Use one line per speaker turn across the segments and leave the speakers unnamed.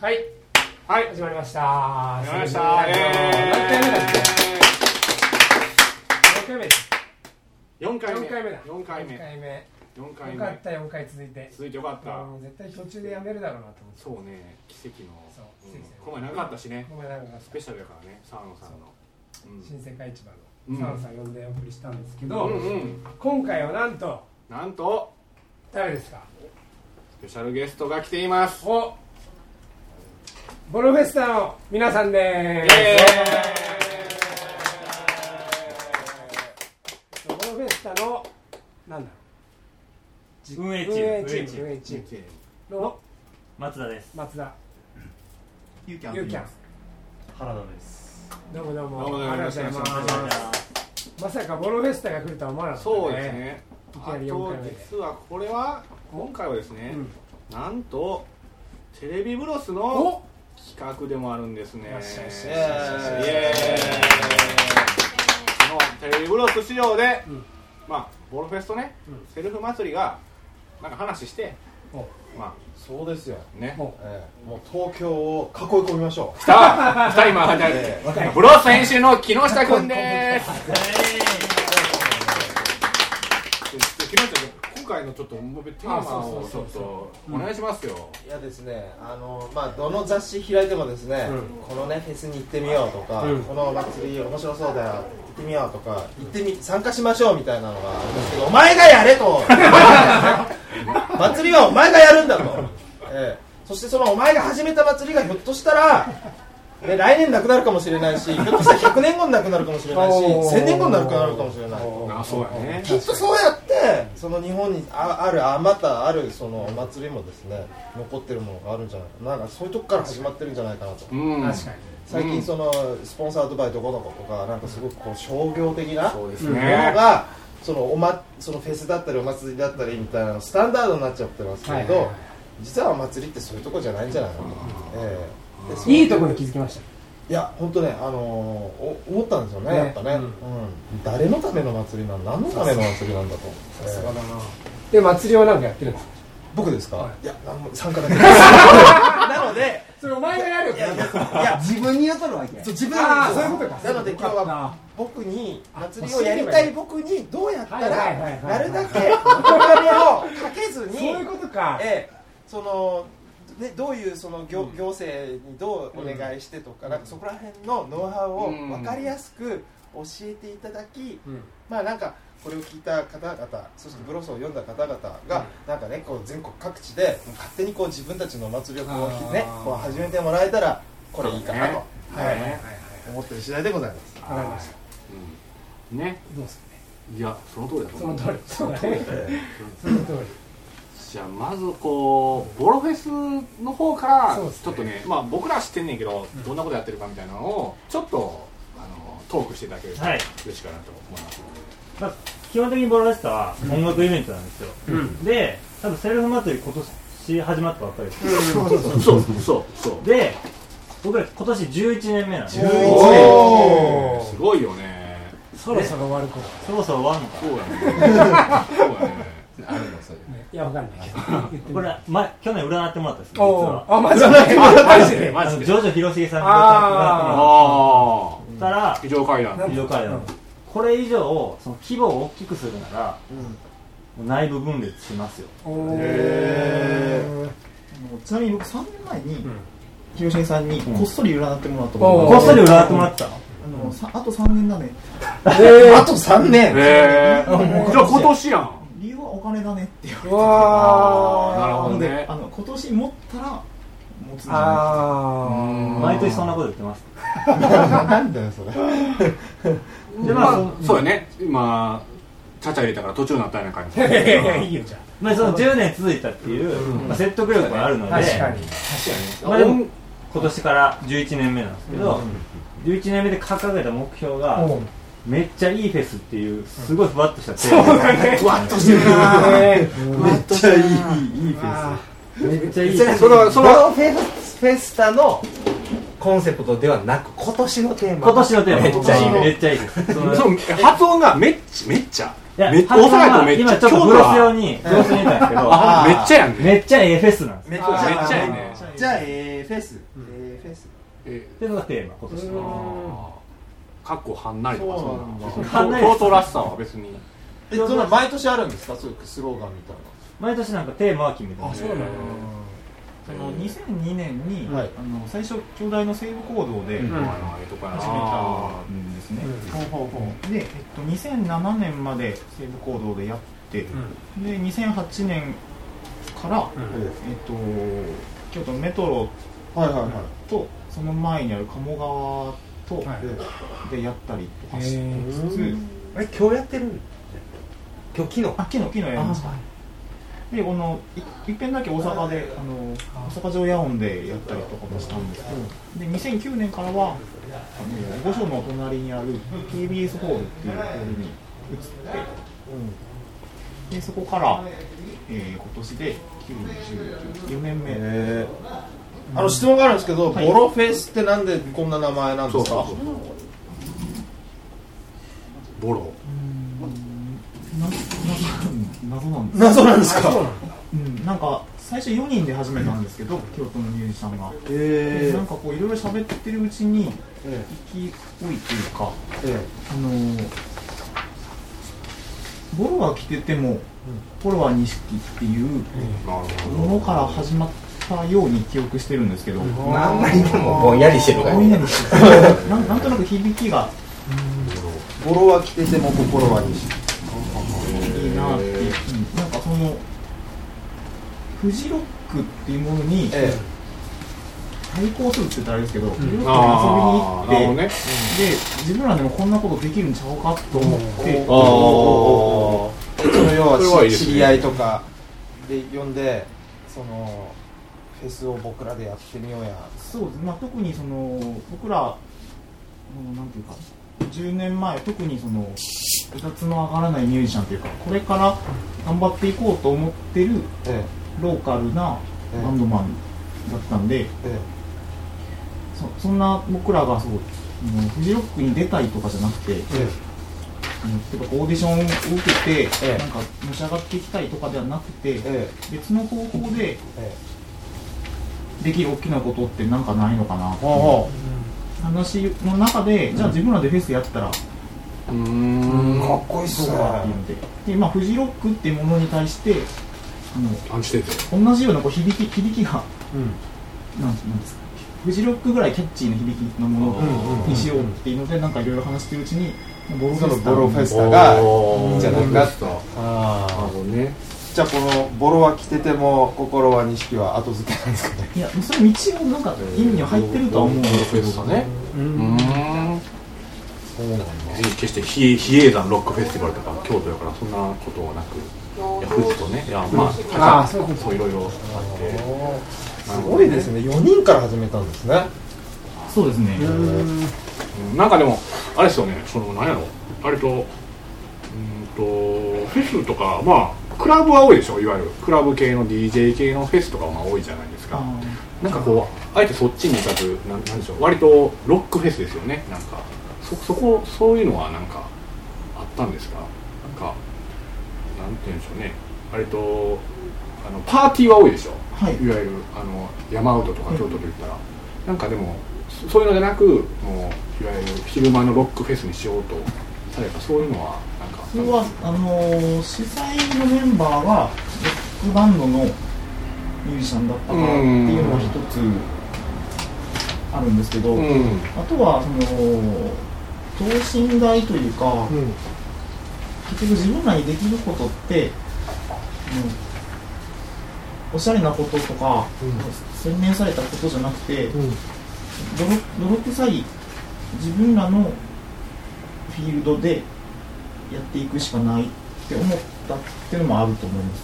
はい
はい
始まりました
始まりました
何回目だっけ何回目です
4回目
四回目だ
4回
四
目
回目
4
よ
回
かっ
目
た4回続いて
続いてよかった
うん絶対途中でやめるだろうなと思って
そうね奇跡の
そう
うん
奇跡だよ
この前長かったしね
ごめんなんか
スペシャルやからね澤野さんのうん
新世界市場
う
の
ん
サンさん呼んでお送りしたんですけ
う
ど、
んうん
今回はなんと
なんと
誰ですか
スペシャルゲストが来ています
おボロフェスタの皆さんで
イ
す
エ
ボロフェスタのなんだろう
運営チ
運営
ーム
チ
運営
ー
チ
ム
ー
運営チー
ム
ーイ
ムの
松田です
松田
ゆうき
ゆうきゃん
原田です
どうもどうも
どうもどうも
ありがとうござい
よろしくお願い
ま
し
すまさかボロフェスタが来るとは思わなかったね
そうですね
いき
あ
な
と
り4回目で
実はこれは今回はですね
うん
なんとテレビブロスの
お
企画でもあるんですね
よしよしよしよしよし
イエーイこのテレビブロス市場で、
うん
まあボロフェスとね、
うん
セルフ祭りがなんか話して
お
ま
そうですよ、
あね
お
ええ、もう東京を囲い込みましょ
来た来た今
う、ええ
ブロス編集の木下くんです木下君今回のちょっともうテーマをちょっとお願いしますよ、
いやですねあの、まあ、どの雑誌開いてもですね、
うん
このねフェスに行ってみようとか、
うん
このお祭り面白そうだよ行ってみようとか行ってみ参加しましょうみたいなのがあるんですけどお前がやれ と祭りはお前がやるんだと、ええ、そしてそのお前が始めた祭りがひょっとしたらね、来年なくなるかもしれないし、ひょっとしたら100年後になくなるかもしれないし、
おー
1000年後になくなるかもしれない。
あそうやね
きっとそうやってその日本にああるあまたあるそのお祭りもですね残ってるものがあるんじゃないかななんかそういうとこから始まってるんじゃないかなと
う
確
ん
かに
最近そのスポンサードバイどこどことかなんかすごくこう商業的なも
そうです
の
ね、
がそのお、ま、そのフェスだったりお祭りだったりみたいなのスタンダードになっちゃってますけれど、
はいはいはい
実はお祭りってそういうとこじゃないんじゃないかなと、ええでそう
いいとこに気づきました
いや本当ねあのーお思ったんですよね
ね
やっぱね、
うん
うん誰のための祭りなん何のための祭りなんだと
さす
ええ
がだなで祭りをなんかやってるんですか
僕ですか、、
はい
や何も参 加だけですなので
それお前がやるよ
いや
自分に雇るわけ
そう自分
ああそういうことか
なので今日
よかった
は
な
僕に祭り
あ
をやりたい僕にどうやった
はいはいはいはい
らなるだけお金をかけずに
そういうことか
ええそのね、どういうその行,、行政にどうお願いしてとか,、なんかそこら辺のノウハウを
うん
分かりやすく教えていただき、
うん
まあなんかこれを聞いた方々そしてブロスを読んだ方々がなんかねこう全国各地で勝手にこう自分たちのお祭りをこ
あー
うねこう始めてもらえたらこれいいかなと、
そうね
はい
はい
思ってる次第でございます
わかりました
うんね
どうするね
いやその通りだと
そ
思
の
う
通りそうだねその通り
じゃあまずこうボロフェスの方から
そうですね
ちょっとねまあ僕らは知ってんねんけど、どんなことやってるかみたいなのをちょっとあのトークしていただけると
はい
嬉しいかなと思いますので、
まあ、基本的にボロフェスタは音楽イベントなんですよ、
ん
で多分セルフ祭り今年始まったばっかりです、
そうそうそう
で僕ら今年11年目なんで
11
おー
すごいよね
そ
そろそろ終わる頃
そろそろワンか
そうやねそうやね
いやわかんないけど言って
こ
みる
れ、ま、去年占ってもらったんですけど実
おー
は
あマジでマジで
あのジョジョ広重さんに占っ
ああ
てもらった
非常階段
な
ら
ん
非常階段これ以上その規模を大きくするならもう内部分裂しますよ
お
へ
ー
ちなみに僕3年前に
ん
広重さんにこっそり占ってもらった
お
こ
ー
こっそり占ってもらってたの
とがあのさあと3年だね
あと3年
へえじゃあ今年やん
理由はお金だねって言われ
うわー
なる
た
ほど
ので、
ね
あの今年持ったら持つんじゃな
あ
毎年そんなこと言ってます
なんだよそれ
で
で
ま
ま
あ
あ
そそうやね今チャチャ入れたから途中になったような感じ
ーいやいやいやいいよじゃ
まあ、その10年続いたっていう、まあ、説得力があるの
あ
で、
確かに
まあ、でも今年から11年目なんですけど、11年目で掲げた目標が、
おう
めっちゃいいフェスっていうすごいふわっとしたテ
そう
ーマ、
だね
ふわっとしてるな
ね
めっちゃいいいいフ
あ
めっちゃいい
それ
今
そのそのフェスフェスタのコンセプトではなく今年のテーマ
年のテーマ
めっちゃいい
めっちゃいいですその
そう発音がめっちめっちゃ
いや
めっちゃ
初
幼い
は
子めっちゃ
今ちょっとブロス用にブロスにいたんですけど
あめっちゃやんね
めっちゃええフェスなんです
めっ
めっちゃいい
いめ
ね
っちゃいい
はい
じゃあ、えー、フェス、
うん
えー、フェス
え
ていうのがテーマ今年
うん
の
ああかっこはんなりとかそんな
そう
京都京都らしさは別に
えその毎年あるんですかそういうスローガンみたい
毎年なんかテーマは決めてま
あ
す
そうなんだその2002年に、
はい
あの最初兄弟の西部行動で
うん
あのあれとかな
始めたんですね、
う
で、えっと、2007年まで西部行動でやって、で2008年から、
うん
えっと京都のメトロ
なはいはいはい
とその前にある鴨川と
は
でやったりとかし
へー
つつ、
あれ今日やってるん
今日
あ昨日昨日やりました
あは
でこのいいっぺんだけ大阪であの大阪城野音でやったりとかもしたんですけどで2009年からはあの御所の隣にある KBS ホールっていうホールに移ってでそこから、えー今年で94年目、
あの質問があるんですけど、
はい
ボロフェスってなんでこんな名前なんです
そう
か
そうそうボロ
な謎なんです
謎なんですか
うん、なんか最初4人で始めたんですけど、京都のミュージシャンが、
え
でなんかこういろいろ喋ってるうちに
え
息っぽいというか
え
あのーボロは着ててもボロは錦っていう
なるほど
ものから始まったように記憶してるんですけど、
あんまりでもぼんやりしてるから
ぼんやりしてるなん なんとなく響きが
ボロは着てても心は西
いいなっていう、うんなんかそのフジロックっていうものに
え
対抗するって言ったらあれですけど、フジロックに
ああ
遊び
なる
に行
ほ
っ
ど
て、
ね
で自分らでもこんなことできるんちゃうかと思って、
おおえその要は
それはいいですね
知り合いとかで呼んでそのフェスを僕らでやってみようや
そうですね、まあ、特にその僕らうんなんていうか10年前特にそのうたつの上がらないミュージシャンというかこれから頑張っていこうと思ってる
え
ローカルな
ええ
バンドマンだったんで、
ええ
そそんな僕らがそうあのフジロックに出たいとかじゃなくて、
え
あのてかオーディションを受けて、
ええ
なんかのし上がっていきたいとかではなくて、
え
別の方法で
え
できる大きなことってなんかないのかなってい
ほ
う
うほ
話の中で、じゃあ自分らでフェスやったら
うーん
うかっこいいっす
そう
ね
だっていうのでで今フジロックっていうものに対して
アンチテーゼ
あの同じようなこう響き響きが
うん
なんなんですかフジロックぐらいキャッチーな響きのも
うんうん
のにしようっていうのでなんかいろいろ話してるうちにボロフ
そ
ェ
の
ス
ボロフェ
ス
スタが
おー
いいんじゃないかって
な
あ
る
あ
ほどね
じゃあこのボロは着てても心は錦は後付けなんですかね
いやそれ道をなんか意味には入ってるとは思うん
ボ
で
ロ
す
フ
け
ェ
ど
スタね
う
うんーん
そうなんだ
ぜひ決して比比叡山ロックフェスティバルとか京都やからそんなことはなくいや富士とねいやまあ
あーそういうこと
そういろいろあって
すごいですね4人から始めたんですね
そうですね
うんなんかでもあれですよねそのなんやろ割とうーんとフェスとかまあクラブは多いでしょいわゆるクラブ系の DJ 系のフェスとかはまあ多いじゃないですか
あー
なんかこうあえてそっちに行かずなんなんでしょう割とロックフェスですよねなんかそそこそういうのはなんかあったんですかなんかなんて言うんでしょうね割とあのパーティーは多いでしょ
はい
いわゆるあの山うどとか京都で言ったら、なんかでもそそういうのじゃなくもういわゆる昼間のロックフェスにしようとされたそういうのはなんか
それはあのー主催のメンバーはロックバンドのミュージシャンだったからっていうのが一つあるんですけど、
うん
あとはその等身大というか、
ん
結局自分らにできることって、うんおしゃれなこととか、洗練されたことじゃなくて、泥泥臭い自分らのフィールドでやっていくしかないって思ったっていうのもあると思います。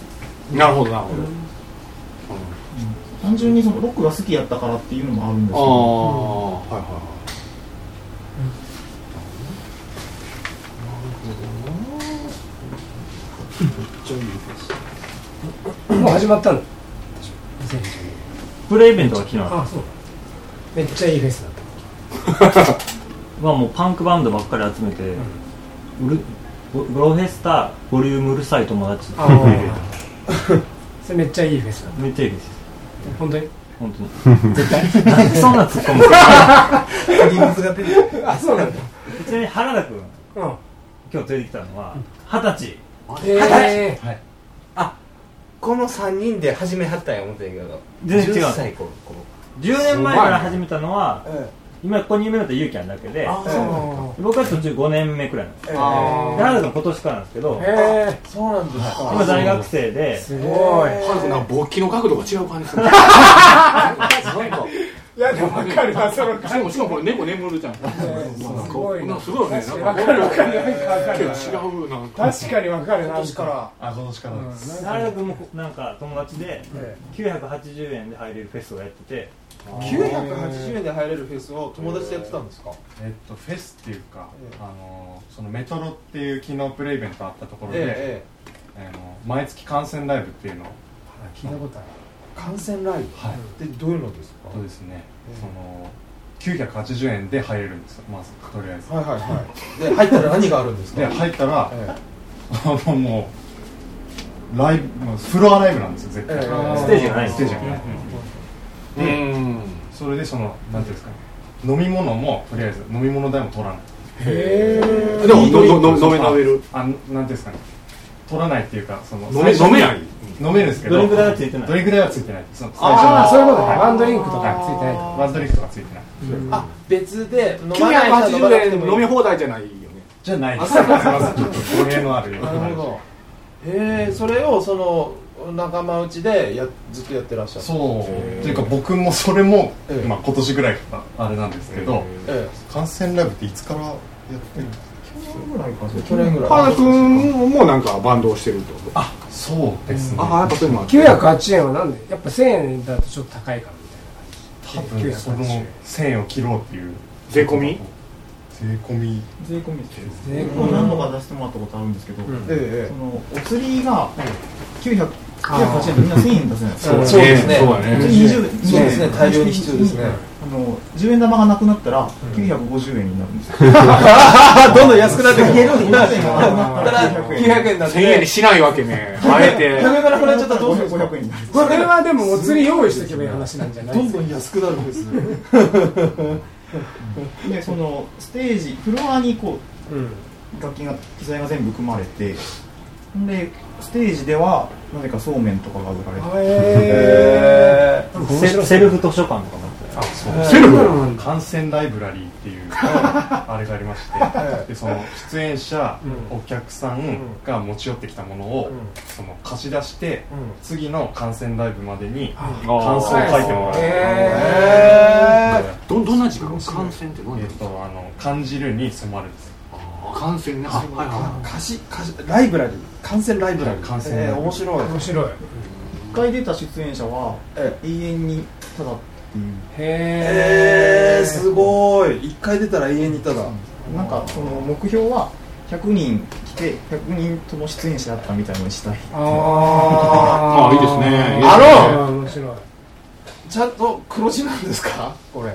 なるほどなるほど、
単純にそのロックが好きやったからっていうのもあるんですけ
ああ、
ど、
はいはいはい
もう始まったの
プレイベントが昨日は
あそうめっちゃいいフェスだった
もうパンクバンドばっかり集めて、うるボボロフェスタボリュームうるさい友達っていうプレイベン
それめっちゃいいフェスだっ
トめっちゃいいです
た本当に
う本当に なんでそんな突っ込むの
リンスが出てる
あそうなんだ
ちなみに原田君
うん
今日連れてきたのは二十歳
えー
この3人で始めはったんや思ってんけど
全然違う
10歳ここ
10年前から始めたのは
え
今ここにいるのってゆうきゃんだけで
あ
え
そうなんだ
僕は途中5年目くらいなんです
ええ
で
あ
原田君今年からなんですけど
えー
そうなんですか
今大学生です
ごい
なんかなんか勃起の角度が違う感じす るなんか
いやでもわかるわその
しかもしかもこれ猫眠るじゃん
すごい
なん
な
かすごいね
確かに
な
わ
ん
かるわか
か
るなんかわかるわ
違うなんか
確かにわかるな
今年から
あこの力
うん
原田君もなんか友達で980円で入れるフェスをやってて
980円で入れるフェスを友達でやってたんですか
えっと、フェスっていうか、
ええ
あのそのメトロっていう機能プレイベントあったところで、
えええ
あの毎月観戦ライブっていうのを
聞いたことある
え観戦ライ
はい
ブってどういうのですか
そうですね、
え
その980円で入れるんですよまずとりあえず
はいはいはいで入ったら何があるんですか
で入ったら、
え
あのもうライブもうフロアライブなんですよ絶対、
ええ
ステージがないんで
ステ
す
ージ
よ
がない、
うん
それでそのなんていうんですかね飲み物もとりあえず飲み物代も取らない
へ
でもののの飲め食べる
あのなんていうんですかね取らないっていうかその
飲め
最初
飲
に
めない
飲めるんですけど
ドリンク代はついてない
ドリンク代はついてないその最初の
ああそういうことねワンドリンクとかついてないと
ワンドリンクとかついてない
あ別で飲まない人は飲まなく
980
ても
円
いい
飲み放題じゃないよね
じゃない
で
ですす。すみません、ちょっと語弊のあるよう
なるほどへえそれをその仲間内でやずっとやってらっしゃる
そう。というか僕もそれも、
ええ
まあ今年ぐらいからあれなんですけど、
え
感染ライブっていつからやってるんですか
ぐらいか
え去年ぐらい
原田君もなんかバンドをしてるってこと
あ、そうですね。
ああやっぱそういうのは
980円はなんでやっぱ1000円だとちょっと高いからみたい
多分その1000円を切ろうっていう。
税込み
税込み。
税込みです
税込み
もう何度か出してもらったことあるんですけど、
ん
え
そのお釣りが900 980
あ
円みんな1000円出せないです
そう
か
そうですね
そうだね
20
そうですね大量に必要ですね
あの10円玉がなくなったら950円になるんですよ
あ どんどん安くなってくるだから
900
900円だって
1000円にしないわけ ねあえて
100円がなくなっちゃったらどうするんですか
500円になる
なこれはでもお釣り用意しておけばいい話なんじゃない
どんどん安くなるんですね
でそのステージフロアにこう
うん
楽器が機材が全部組まれてでステージではなぜかそうめんとかが売られて
へ
セセルフ図書館とかもあって
あ、そ
え
う。
セルフ
うん
感染ライブラリーっていうあれがありま してでその出演者、
う
お客さんが持ち寄ってきたものを、
ん
その貸し出して、
ん
次の感染ライブまでに
あ
感想を書いてもらう、
へ
で
どどんな時間感染って何
えっ
ですか
とあの感じるに染まるんです
感染ねあはいは
貸し貸しライブラリー観戦ライブラリー
観戦
ええ面白い
面白い
1回出た出演者は
え
永遠にただっていう
へ
え
え
すごい一回出たら永遠にいただ
なんかその目標は100人来て100人とも出演者だったみたいのにしたい
あ
あいいですね
あの
あ
面白い
ちゃんと黒字なんですかこれ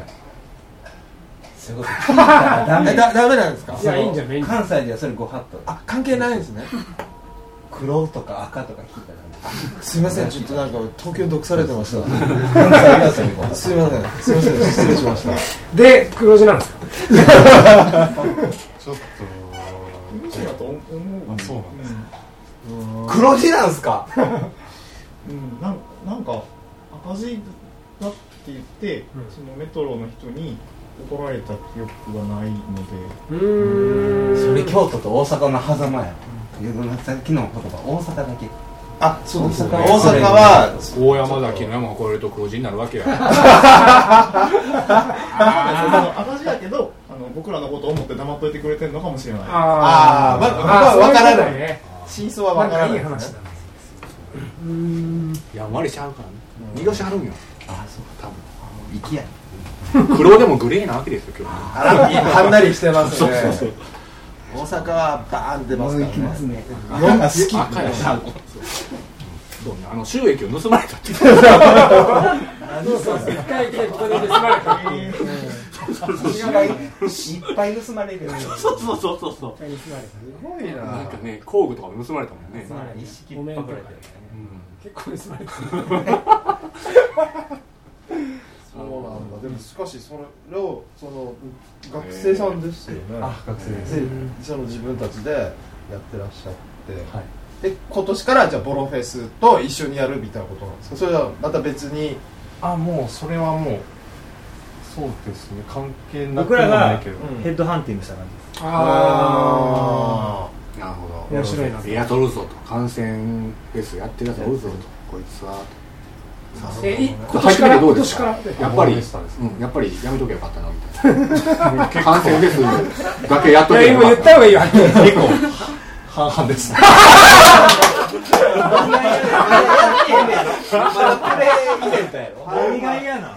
そういうこと聞いたらダメ
えだダメなんですか
いやいいんじゃない
関西ではそれご法度
あ関係ないんですね
黒とか赤とか聞いたらダメ
すいませんちょっとなんか東京毒されてました
関西ではそれご法
すいませんすいません失礼しました
で黒字なんですか
ちょっ
そうだと思う
とそうなんです、
度黒字なんすか
うん、なんなんか赤字だって言って、
うん
そのメトロの人に怒られた記憶がないので
うー
そ
ん
れ京都と大阪の狭間や世の中昨日の言葉大阪だけ
あそうです
大
大
阪
阪
は
は
大山崎の山を越えると黒字になるわけや
あの赤字だけどあの僕らのことを思って黙っといてくれてるのかもしれない
あ
あーまあ
あ
まあわから
そううこと
ない
ね
真相は
な
わ
ん
から
か
ない
い
い
話だね
やんわりしちゃうからね逃がしはるんよ
あそう
多
行きや
分黒でもグレーなわけですよ今日
あらはんなりしてますね
そうそう
大阪はバーン出
も
ます
う
か
行き
ら
ま
ね
すね
好き赤やしそうねあの収益を盗まれたって
そうそうそう一回でここで盗まれた
失敗失敗盗まれるよね
そうそうそうそうそう
一回盗まれたね
なんかね工具とかも盗まれたもんね
盗まれた
意識
ごめんと
パ
か
ク
ね
られてるね
うん
結構盗まれた
かでもしかしそれをその学生さんですよね、
あ学生です、
でその自分たちでやってらっしゃって、
はい
で今年からじゃあボロフェスと一緒にやるみたいなことなんですかそれはまた別に
あもうそれはもうそうですね関係なく
僕
は
ら
な
が
いけど、
ヘッドハンティングした感じです
あ
なるほど
面白いな
エア取るぞと感染フェスやってるやつおるぞとこいつは
えい今
初
年か
め
ら
てど
今
うで
年
す
か
から
って
やっぱり、
ボーナスさんです
うん、やっぱりやめとけばよかったなみたい な感染フェスだけやっと
い
けば
や今言
よかっ
った方がいいよ
た結構半々です
何が嫌なの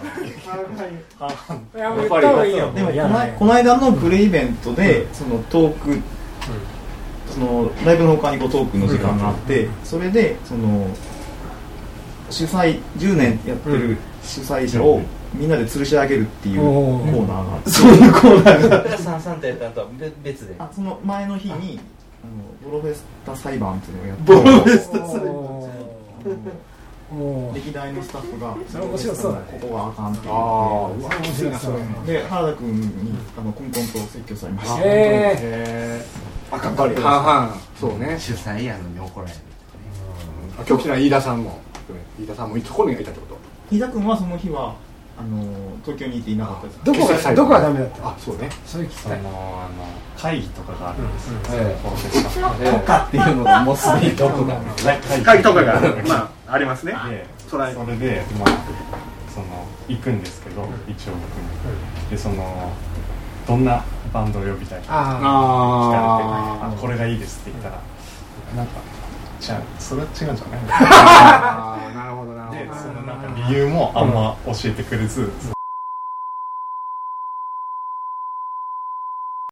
いやもう言った方がいいよ
でもこ
嫌
な
だね
いこの間のプレイベントで、そのトーク、そのライブの他にこうトークの時間があって、それでその主催10年やってる主催者をみんなで吊るし上げるっていうコ
おー
ーナーが あって、
さんさんとやったのとは別別で
あその前の日にあのボロフェスタ裁判っていうのをやって
おお
歴代のスタッフが「
それ面白そうだね
ここがあかん」って
あ
言
あ
っ
面白いなそれ
てで原田君にあのコンコンと説教されました
え
へ
赤っかり
え半々そうね
主催やのに怒られる
あ極端な飯田さんも飯田さんもいいとこにがいたってこと
飯田君はその日はあの東京にいていなかったです
どこがどこがダメだった
あそうね
それ聞き
そ
た
のあ
い
の会議とかがあるんですよ、
え
このフェスが
ええ
っていうのがもうすでにどこだ
会議とかがまあありますね
で
それ
それでまあその行くんですけど、一応僕も、でそのどんなバンドを呼びたいか
あ
聞かれて
あ
あこれがいいですって言ったら、なんかじゃあそれは違うんじゃない
あなるほどな
で
るほ
そ
ど
のなんか理由もあんま教えてくれず、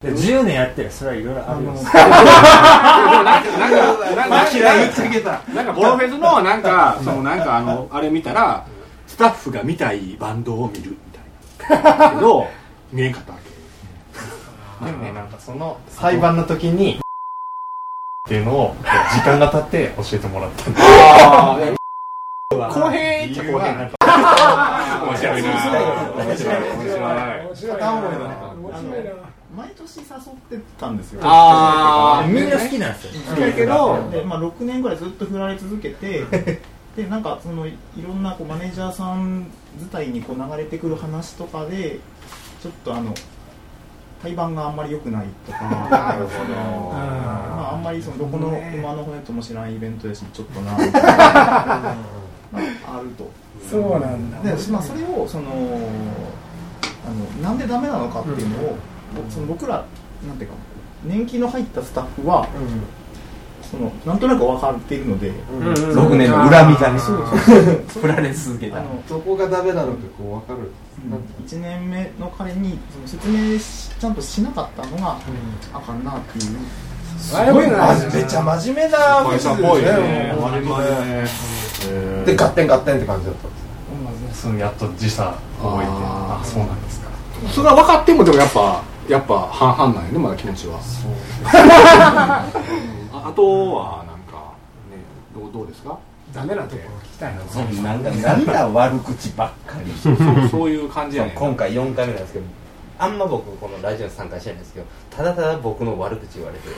で10年やってるそれはいろいろあるよ
なんかなんかなんかボロフェスのなんかそのなんかあのあれ見たらスタッフが見たいバンドを見るみたいなけど見えんかったわけ
でもねなんかその裁判の時にっていうのを時間が経って教えてもらったんで
ああ公平っちゃ公平
なんか
面白いな面白い面白い
面白い
片思いだね
面白いな
毎年誘ってたんですよ
ああ
みんな好きなんですよ
好きやけど
で、まあ、6年ぐらいずっと振られ続 けてでなんかそのいろんなこうマネージャーさん自体にこう流れてくる話とかでちょっとあの胎盤があんまり良くないとか なるほど、まあ、あんまりそのどこの馬の骨とも知らんイベントやしちょっとなみた いなあると。
そうなんだ
で、まあ、それをそのあのなんでダメなのかっていうのを、その僕らなんていうか年季の入ったスタッフは、そのなんとなく分かっているので、
6年の恨みがね
そうそうそう
振られ続け
あ
た
の
どこがダメなのかこう分かるなんか
1年目の彼にその説明しちゃんとしなかったのが、あかんなっていう
すごいな
まめっちゃ真面目なフェスですねもう
ね
でガッテンガッテンって感じだったんです
そのやっと時差覚えて
あー
あそうなんですか
それは分かってもでもやっぱやっぱ半々なんやねまだ気持ちは
そう
ああとはなんかねどうどうですか
ダメなところ聞きたいな
そんなんかなんだ悪口ばっかり
そうそういう感じやねんな
今回4回目なんですけどあんま僕このラジオに参加してないんですけどただただ僕の悪口言われて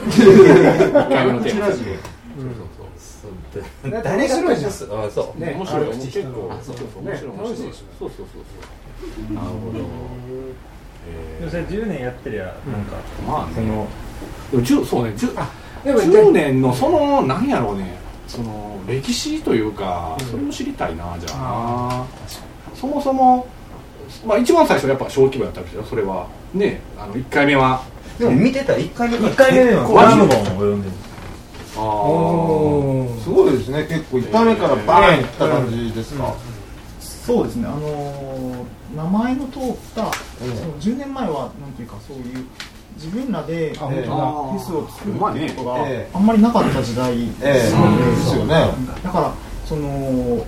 一回目のテーマそう
そう
だって
誰
面
が
白いじゃん
そううんそう
そう
ね
面白い
悪口
結構
あ
そうそうそう
ね
面白い面
楽しい
白い
でしょ
そうそうそうそうなるほど
でもそれ10年やってりゃなんか
まあねでも10そうね10
でも
10年のそのなんやろうねその歴史というかそれも知りたいなじゃあそもそもまあ一番最初はやっぱ小規模やったわけですよそれはねあの1回目は
でも見てたら1回目から
1回目で
ラ
はラ
ム
ム
ボ
ボンを呼んでる
あー
すごいですね結構痛めからバーンいった感じですか
そうですねあのー名前の通った、
うん
その10年前はなんていうかそういう自分らで
本
当だ
フェスを作るっていうことが
ええ
あんまりなかった時代
ええ
なの
そうですよね
だからその1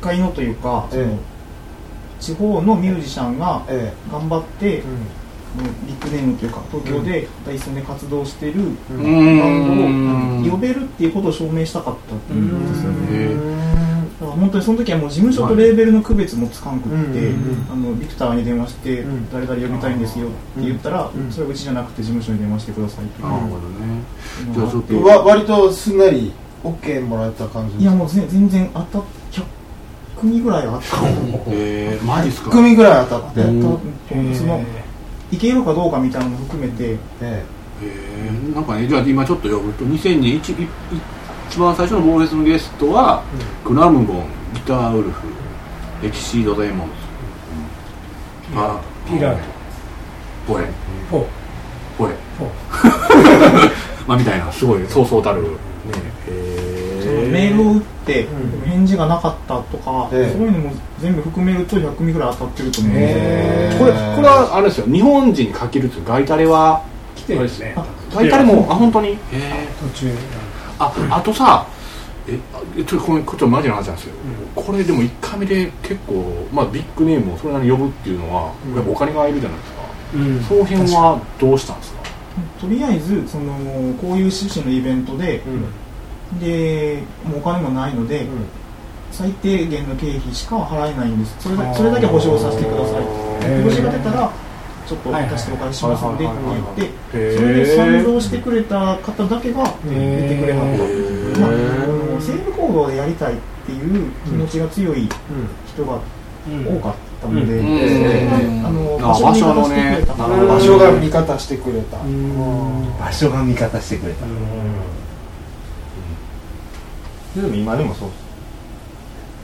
回のというか、その
え
地方のミュージシャンが
え
頑張って、
えうん
ビッグネームというか東京でダイソンで活動している
う
バンドを
ーん
呼べるっていうことを証明したかったっていうんですよね
へー
だから本当にその時はもう事務所とレーベルの区別もつかんくって、あのビクターに電話して、誰々呼びたいんですよって言ったら、それはうちじゃなくて事務所に電話してくださいって
なるほどねじゃあちょっと
わ割とすんなり OK もらえた感じ
いやもう全全然当たっ100組ぐらいはあったと思う
えー、マジっすか
1組ぐらい当たって、
やったと
え
思うそのいけるかどうかみたいなのも含めて
え
えー、なんかねじゃあ今ちょっと呼ぶと2002一一一番最初のボーフェスのゲストは、クラムボンギターウルフエキシードダイモンズ、あ
ピラーと
ポレ
ポー
ポレ
ポ
まあみたいなすごいそうそうたるねえ
そのメールを打って、でも返事がなかったとか、
ええ
そういうのも全部含めると100組ぐらい当たってると思うんですよ、
え
これこれはあれですよ日本人に限るというガイタレは
来
あ
て
れ
る
ですねガイタレもあ本当にえ
途
ー
中
ああとさえあえちょっとこれこれちょっとマジな話なんですよ、これでも1回目で結構、まあ、ビッグネームをそれなりに呼ぶっていうのは、
うん
やっぱお金がいるじゃないですか、
うん
その辺はどうしたんですか
とりあえずそのこういう趣旨のイベントで、でもうお金もないので、最低限の経費しか払えないんですそれだそれだけ保証させてください
へー
保証が出たらちょっと
はいはい
足してお返ししますのでって言って
へ
それで賛同してくれた方だけが出てくれはったまあ、あの西武行動でやりたいっていう気持ちが強い人が多かったので、
うん
であの
うん
場所に行かせてくれた
あ場所のねな
か
る
ら
ほど
場所が味方してくれた、うん
場所が味方してくれた
でも今でもそうっす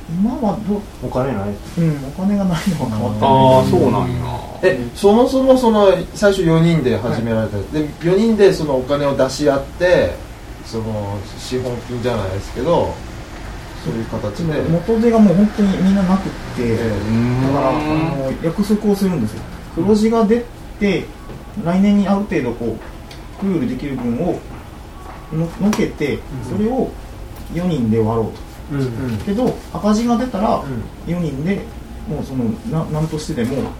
今はどう、
お金ない
うん、お金がないのは変わった
ああそうなんや
えそもそもその最初4人で始められた、で4人でそのお金を出し合ってその資本金じゃないですけどそういう形
そ
で、
の元手がもう本当にみんななくって、
え
だ
え
からあの約束をするんですよ黒字が出て来年にある程度こうクールできる分をののけてそれを4人で割ろうとけど赤字が出たら4人でもうそのな何としてでも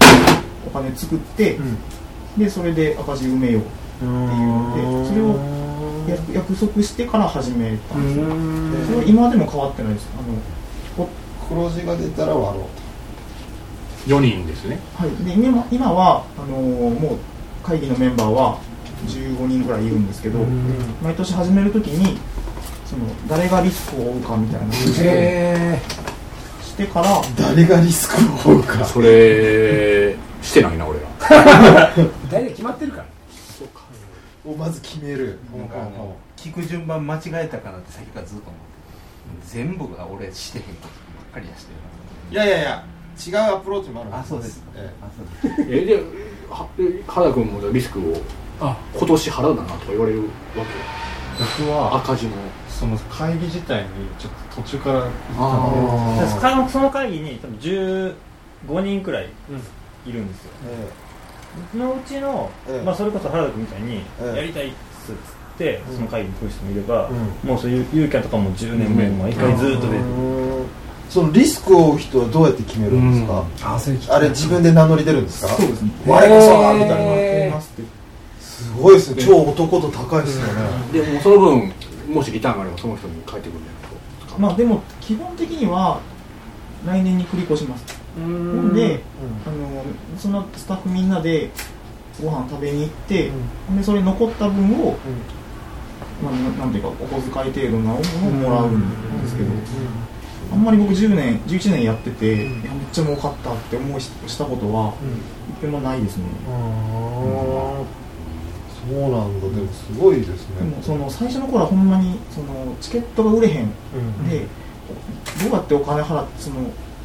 お金作って、でそれで赤字埋めようっていうのでそれを約約束してから始めたんですよそれは今でも変わってないですあの
黒字が出たら割ろ
4人ですね
はい、で今も今はあのーもう会議のメンバーは15人ぐらいいるんですけど、毎年始めるときにその誰がリスクを負うかみたいな話を
へ
してから
うと誰がリスクを負うか
それしてないな俺ら
ー大体決まってるから
をまず決める、
なんかあの聞く順番間違えたかなって先からずっと思ってる全部が俺してへんことばっかりやしてる
いやいやいや違うアプローチもあるん
あそうです
え
なあそうです
えではえ原田君もじゃあリスクを
あ
今年払うだなとか言われるわ
僕
け
は
赤字の
その会議自体にちょっと途中から行ったの
あ
だからそのその会議に多分15人くらいいるんですよ、
ええ
そのうちの、
ええ
まあ、それこそ原田君みたいに
ええ
やりたいっすっつって、その会議に来る人もいれば、
う
もうそういうユーキャンとかも10年目、毎回ずっと出て
うんそのリスクを負う人はどうやって決めるんですか、
あそれ聞きたい
あれ自分で名乗り出るんですか
そうですね
我こそはみたいな、
え
ますって
すごいですね超男と高いですよね、
でもその分もしリターンがあればその人に返ってくるんじゃないですか
まあでも基本的には来年に繰り越しますほんで、あのーそのスタッフみんなでご飯食べに行って、でそれ残った分を、まあ、ななんていうかお小遣い程度なものをもらうんですけど、あんまり僕10年11年やってて、いやめっちゃ儲かったって思いししたことは一遍もないですね、
そうなんだでもすごいですね
でもその最初の頃はほんまにそのチケットが売れへんで、どうやってお金払ってその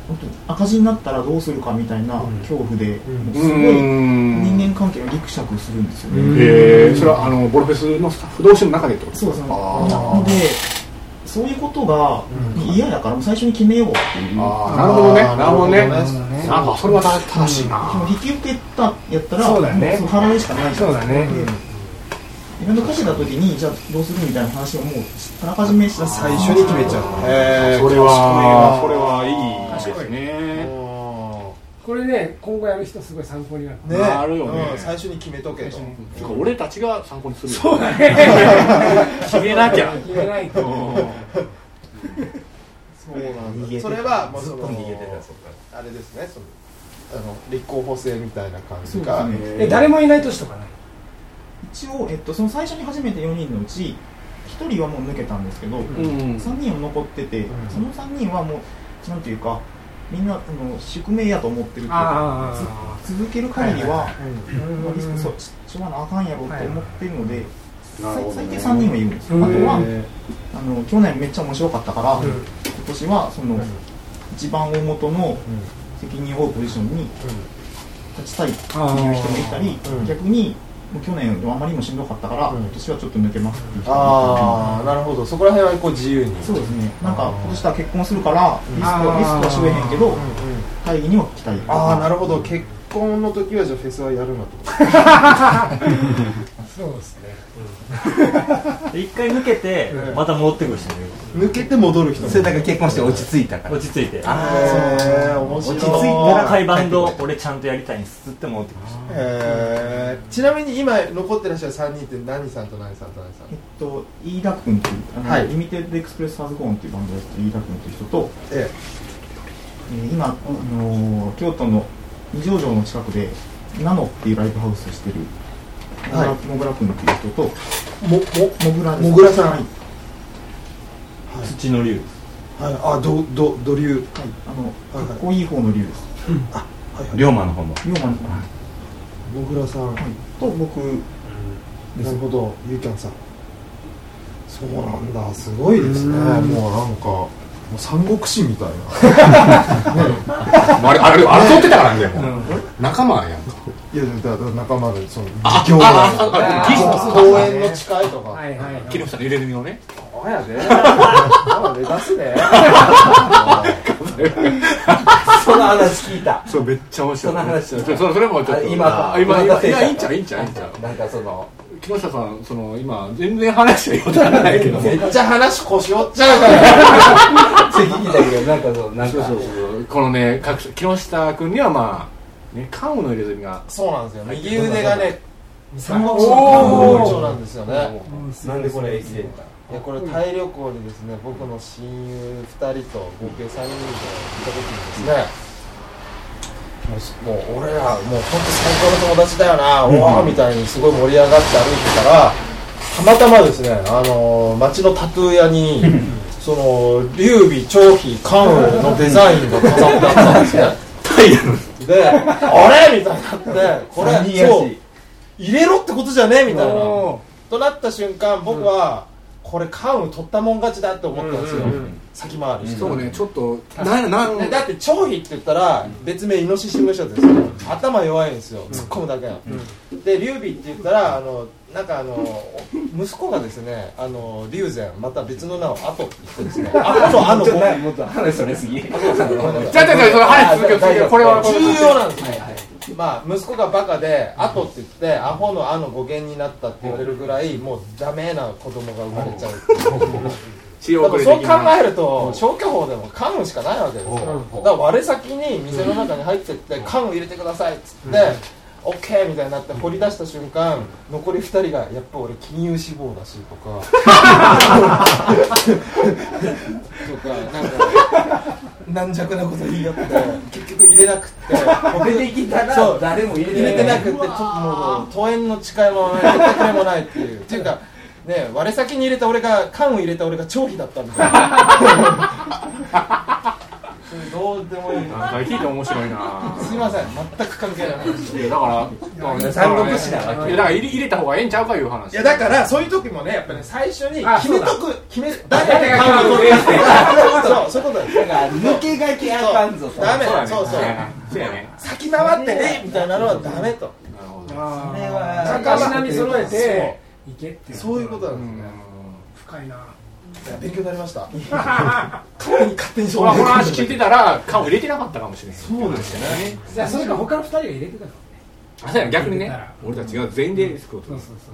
本当に赤字になったらどうするかみたいな恐怖で、もうすごい人間関係がギクシャクするんですよね、
ええそれはあのボルフェスのスタッフ同士の中でってこと
そうですね
あー
なのでそういうことが嫌だからもう最初に決めようっていう
ああなるほどね
あー
なるほど
なる
ね
ほどね
なんかそれは正しいな
引き受けたやったら
そうだよね
もその払いしかないじゃ
そ
な
う
い
だね
で自分の歌詞た時にじゃあどうするみたいな話をもうあらかじめした
最初に決めちゃうへえ
それはそれはいい
賢
です
い
ね
これね今後やる人すごい参考になる
ね
なるよね
うん最初に決めとけと
てか俺たちが参考にするそうだ ね決めなきゃ
決めないと
うん
そそうなん
逃げて
だそれは、まあ、
ず
そ
っ
の
と逃げてたそっから
あれですねそのあの立候補制みたいな感じ
そうで
が
すね
え誰もいない年とかない
一応、えっと、その最初に初めて4人のうち1人はもう抜けたんですけど、
うん
3人は残ってて、
うん
その3人はもうなんていうかみんなあの宿命やと思ってるっていうか
あ
つ続ける限りは
あうん
まあリスクそししょうがなあかんやろうと思ってるので、
なるほど
最
ね
低3人はいるんです
うん
よあとは
え
あの去年めっちゃ面白かったから、
うん
今年はその、一番大元の責任を負うポジションに立ちたいっていう人もいたり、
あーうん
逆にもう去年あまりにもしんどかったから、
うん
今年はちょっと抜けますっていう
ー
人も
ああなるほどそこら辺はこう自由に
いたりそうですねなん
あ
か
ー
今年は結婚するからリスクはリスクはしょえへんけど会議には来たい
ああなるほど結婚の時はじゃあフェスはやるなと
そうですね
で一回抜けて
うん
また戻ってくる人もいる
抜けて戻る人も
それだから結婚して落ち着いたから
落ち着いて
あ
へー面白い
落ち着いた
今
ら
回バンド俺ちゃんとやりたいんですって戻ってくる人
えーちなみに今残ってらっしゃる3人って何さんと何さんと何さん
えっと、飯田君というあの、
はい
リミテッドエクスプレス・ハズ・ゴーンというバンドをやってる飯田君という人と、
え
えー今、あのー京都の二条城の近くでナノっていうライブハウスをしてるモ
は
グラ,、
い
モグラ君という人と
えもも
モグラです
モグラさん
はい、
土の竜
はいあどどドリュ
はいあの
はいはい
かっこいい方の竜です
はいはい
龍馬の方も
龍馬の、
もぐらさん
と僕
なるほどゆうきゃんさんそうなんだすごいですねもうなんかもう三国志みたいな
あれあれ争ってたからねもう仲間やんか
いやだから仲間でその実況が
あ
公園の誓いとか
はいはいはい
木下の入れ墨をね
あやであ目指すねあ
その話聞いた
そうめっちゃ面白い
その話を
そうそれそれもちょっと
あ今
あ今
お待た
今
せした
いやいいんちゃういいんちゃういいんちゃう
なんかその
木下さんその今全然話はよくならないけども
めっちゃ話腰折っちゃうから
責任だけどなんかそうなん
そう
か
そうそうこのね各所木下君にはまあねカムの入れ墨が
そうなんですよ右腕がね三国
志
志
の
の
おー
官房長なんですよね
なんでこれ生きてんだ
いやこれタイ旅行にですね僕の親友2人と合計3人で行った時にですねもうもう俺らもう本当最高の友達だよなおわーみたいにすごい盛り上がって歩いてたらたまたまですねあのー街のタトゥー屋にその劉備張飛関羽のデザインが飾ってあったんですねで、あれみたいになって、これ、そう、入れろってことじゃねえみたいな。となった瞬間、僕は、これ、関羽取ったもん勝ちだって思ったんですよ。先回りして。
そうねちょっとなな
でだって、張飛って言ったら、別名、イノシシ武者ですよ。頭弱いんですよ。突っ込むだけなの。で、劉備って言ったら、あの、なんかあの、息子がですね、あの、龍禅、また別の名をアトって言ってですね、アトのあの語尾、
もっと話それすぎ
じゃあじゃあじゃあそれ話続けよう続けようこれはこれは
重要なんですね、まあ息子がバカで「アトって言ってアホの「アの語源になったって言われるぐらいもうダメな子供が生まれちゃうっていう
治療
だ
遅
から
れ
そう
的
考
な
えると消去法でもカンしかないわけですよだから我先に店の中に入ってってカン入れてくださいっつってオッケーみたいになって掘り出した瞬間残り2人がやっぱ俺金融志望だし とかとかなんか軟弱なこと言い合って 結局入れなくって
出てきた
そ
ら
う
誰も入
入
れ
れ
て
て
な
ないくってちょっともう登園の誓いもないくれもないっていう っていうかね我先に入れた俺が缶を入れた俺が張飛だったんですよそれ どうでもいい
なんか聞いて面白いな
すいません全く関係ない話
いやだからだから
三国志なわ
いやだから入れ入れた方がええんちゃうかいう話
いやだからそういう時もねやっぱね最初に
あ
決めとく決め 誰
誰が
が
缶
缶
を
を
入
入
れ
れ
る
るそうそういうことですだから
抜けがけあかんぞ
ダメ
そうだ
だ
ね
そうそう
そうやね
先回ってねみたいなのはダメと
なるほど
あ
れ
あ
は
ちゃんと足並み揃えていけって
そういうことなんですね
深いない
や勉強になりました勝手に勝手に
俺はこの話聞いてたら顔入れてなかったかもしれないそうですね
じゃあそれか他の2人が入れてたの
あそうや逆に
入れ
ね
たら
俺たちが全員でリスクを取
そう
る
そうそ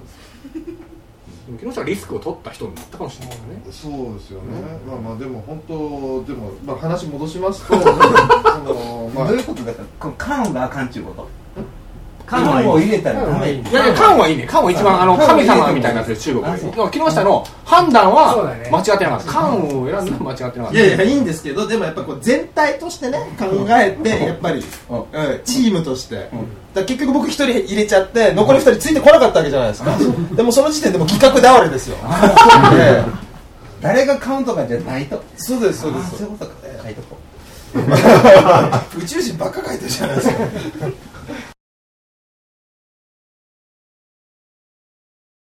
う
でも木下はリスクを取った人になったかもしれないからね
そうですよね、まあまあでも本当でもまあ話戻しますとそのまあ
どういうことだからこの缶があかんちゅうこと
缶はいい
を入れたらダメ
いやいや、カンはいいね。カンは一番、あの、神様みたいなやつです、中国
あ
で。
そう
だから木下の判断
そうだね
は間違ってなかった。カンを選んだのは間違ってなかっ
いやいや、いいんですけど、でもやっぱこう全体としてね、考えて、やっぱり、うん、チームとして。だから結局僕一人入れちゃって、残り二人ついてこなかったわけじゃないですか。でもその時点でもう企画倒れですよ。ええ
誰が買うとかじゃないと
そうです、そうで
あー
す
そうい。うことか書いとこう
宇宙人ばっか書いてるじゃないですか。